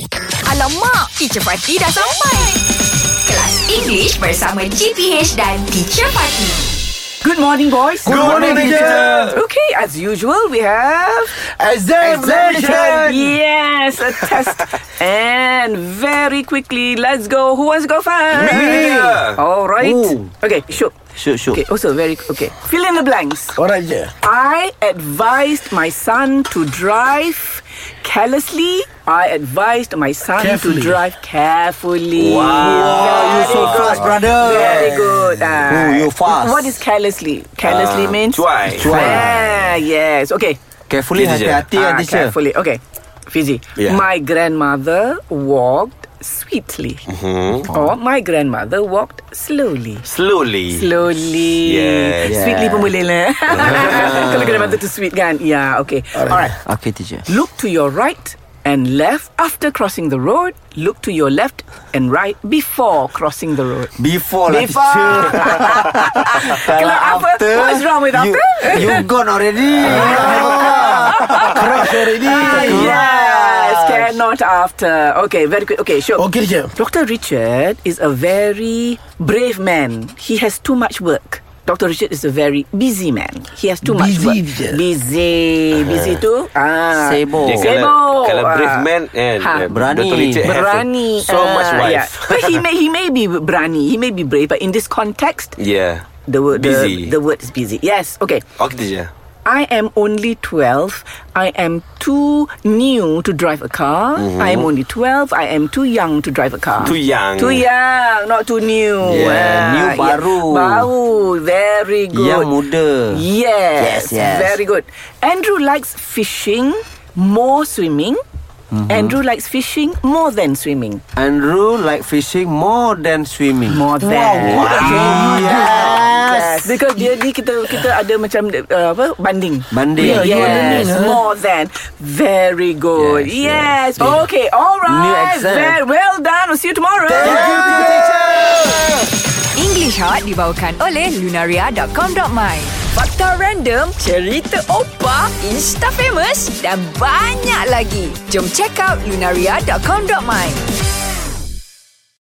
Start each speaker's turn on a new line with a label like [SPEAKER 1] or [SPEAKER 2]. [SPEAKER 1] Kata mak, teacher Fatih dah sampai. Kelas English bersama GPH dan teacher Fatih.
[SPEAKER 2] Good morning, boys.
[SPEAKER 3] Good morning, teacher.
[SPEAKER 2] Okay, as usual, we have
[SPEAKER 3] Examination.
[SPEAKER 2] Yes, a test. and very quickly, let's go. Who wants to go first?
[SPEAKER 3] Me.
[SPEAKER 2] All right.
[SPEAKER 3] Ooh.
[SPEAKER 2] Okay, sure.
[SPEAKER 3] Shoot, shoot.
[SPEAKER 2] Okay, also very okay. Fill in the blanks.
[SPEAKER 3] Alright je.
[SPEAKER 2] I advised my son to drive carelessly. I advised my son
[SPEAKER 3] Carefully.
[SPEAKER 2] to drive carefully.
[SPEAKER 3] Wow, you
[SPEAKER 2] Very
[SPEAKER 3] so
[SPEAKER 2] good.
[SPEAKER 3] fast, brother.
[SPEAKER 2] Very good. Ah.
[SPEAKER 3] Oh, you fast.
[SPEAKER 2] What is carelessly? Carelessly means
[SPEAKER 4] cuai.
[SPEAKER 3] Cuai.
[SPEAKER 2] Ah, yes. Okay.
[SPEAKER 3] Carefully
[SPEAKER 4] Okay, teacher.
[SPEAKER 3] hati-hati
[SPEAKER 2] Ah,
[SPEAKER 3] ah, teacher.
[SPEAKER 2] Carefully. Okay. Fiji.
[SPEAKER 4] Yeah.
[SPEAKER 2] My grandmother walked sweetly. Or my grandmother walked slowly.
[SPEAKER 4] Slowly.
[SPEAKER 2] Slowly
[SPEAKER 4] Yes.
[SPEAKER 2] Sweetly pun boleh lah Kalau kena mata tu sweet kan Ya yeah, okay Alright
[SPEAKER 3] Okay teacher.
[SPEAKER 2] Look to your right and left after crossing the road. Look to your left and right before crossing the road.
[SPEAKER 3] Before lah
[SPEAKER 2] Before.
[SPEAKER 3] teacher.
[SPEAKER 2] Kalau apa- what's wrong with
[SPEAKER 3] you,
[SPEAKER 2] after?
[SPEAKER 3] You gone already. Ah. Crush already.
[SPEAKER 2] Yes, cannot after. Okay, very good. Okay, sure.
[SPEAKER 5] Okay, teacher.
[SPEAKER 2] Dr. Richard is a very brave man. He has too much work. Dr. Richard is a very busy man. He has too much
[SPEAKER 5] Busy, Uh-huh.
[SPEAKER 2] work.
[SPEAKER 5] teacher.
[SPEAKER 2] Busy. Busy tu. Ah.
[SPEAKER 3] Sibuk.
[SPEAKER 4] Dia
[SPEAKER 2] Sibuk.
[SPEAKER 4] kalau, kalau
[SPEAKER 2] Ah.
[SPEAKER 4] brave man and eh,
[SPEAKER 2] Ha.
[SPEAKER 3] berani.
[SPEAKER 4] Dr. Richard have
[SPEAKER 2] berani.
[SPEAKER 4] so
[SPEAKER 2] ah,
[SPEAKER 4] much wife.
[SPEAKER 2] Yeah. But he may he may be berani. He may be brave. But in this context,
[SPEAKER 4] Yeah.
[SPEAKER 2] the word
[SPEAKER 4] Busy.
[SPEAKER 2] The, the word is busy. Yes. Okay.
[SPEAKER 4] Okay teacher.
[SPEAKER 2] I am only 12. I am too new to drive a car.
[SPEAKER 3] Mm-hmm.
[SPEAKER 2] I am only 12. I am too young to drive a car.
[SPEAKER 4] Too young.
[SPEAKER 2] Too young, not too new. Ah,
[SPEAKER 3] Yeah, new baru.
[SPEAKER 2] Baru. Very good.
[SPEAKER 3] Yang muda.
[SPEAKER 2] Yes,
[SPEAKER 3] Yes, yes.
[SPEAKER 2] Very good. Andrew likes fishing more swimming.
[SPEAKER 3] Mm-hmm.
[SPEAKER 2] Andrew likes fishing more than swimming.
[SPEAKER 3] Andrew like fishing more than swimming.
[SPEAKER 2] More than. Wow. Yes.
[SPEAKER 3] Yes.
[SPEAKER 2] Because dia ni kita kita ada macam uh, apa banding.
[SPEAKER 3] Banding.
[SPEAKER 2] Yeah,
[SPEAKER 3] Yeah, you
[SPEAKER 2] yes.
[SPEAKER 3] learning, huh?
[SPEAKER 2] More than. Very good. Yes.
[SPEAKER 3] Yes, yes.
[SPEAKER 2] Okay. All right.
[SPEAKER 3] exam.
[SPEAKER 2] Very well done. We'll see you tomorrow.
[SPEAKER 1] English Hot dibawakan oleh Lunaria.com.my. Fakta random, cerita opa, insta famous dan banyak lagi. Jom check out Lunaria.com.my.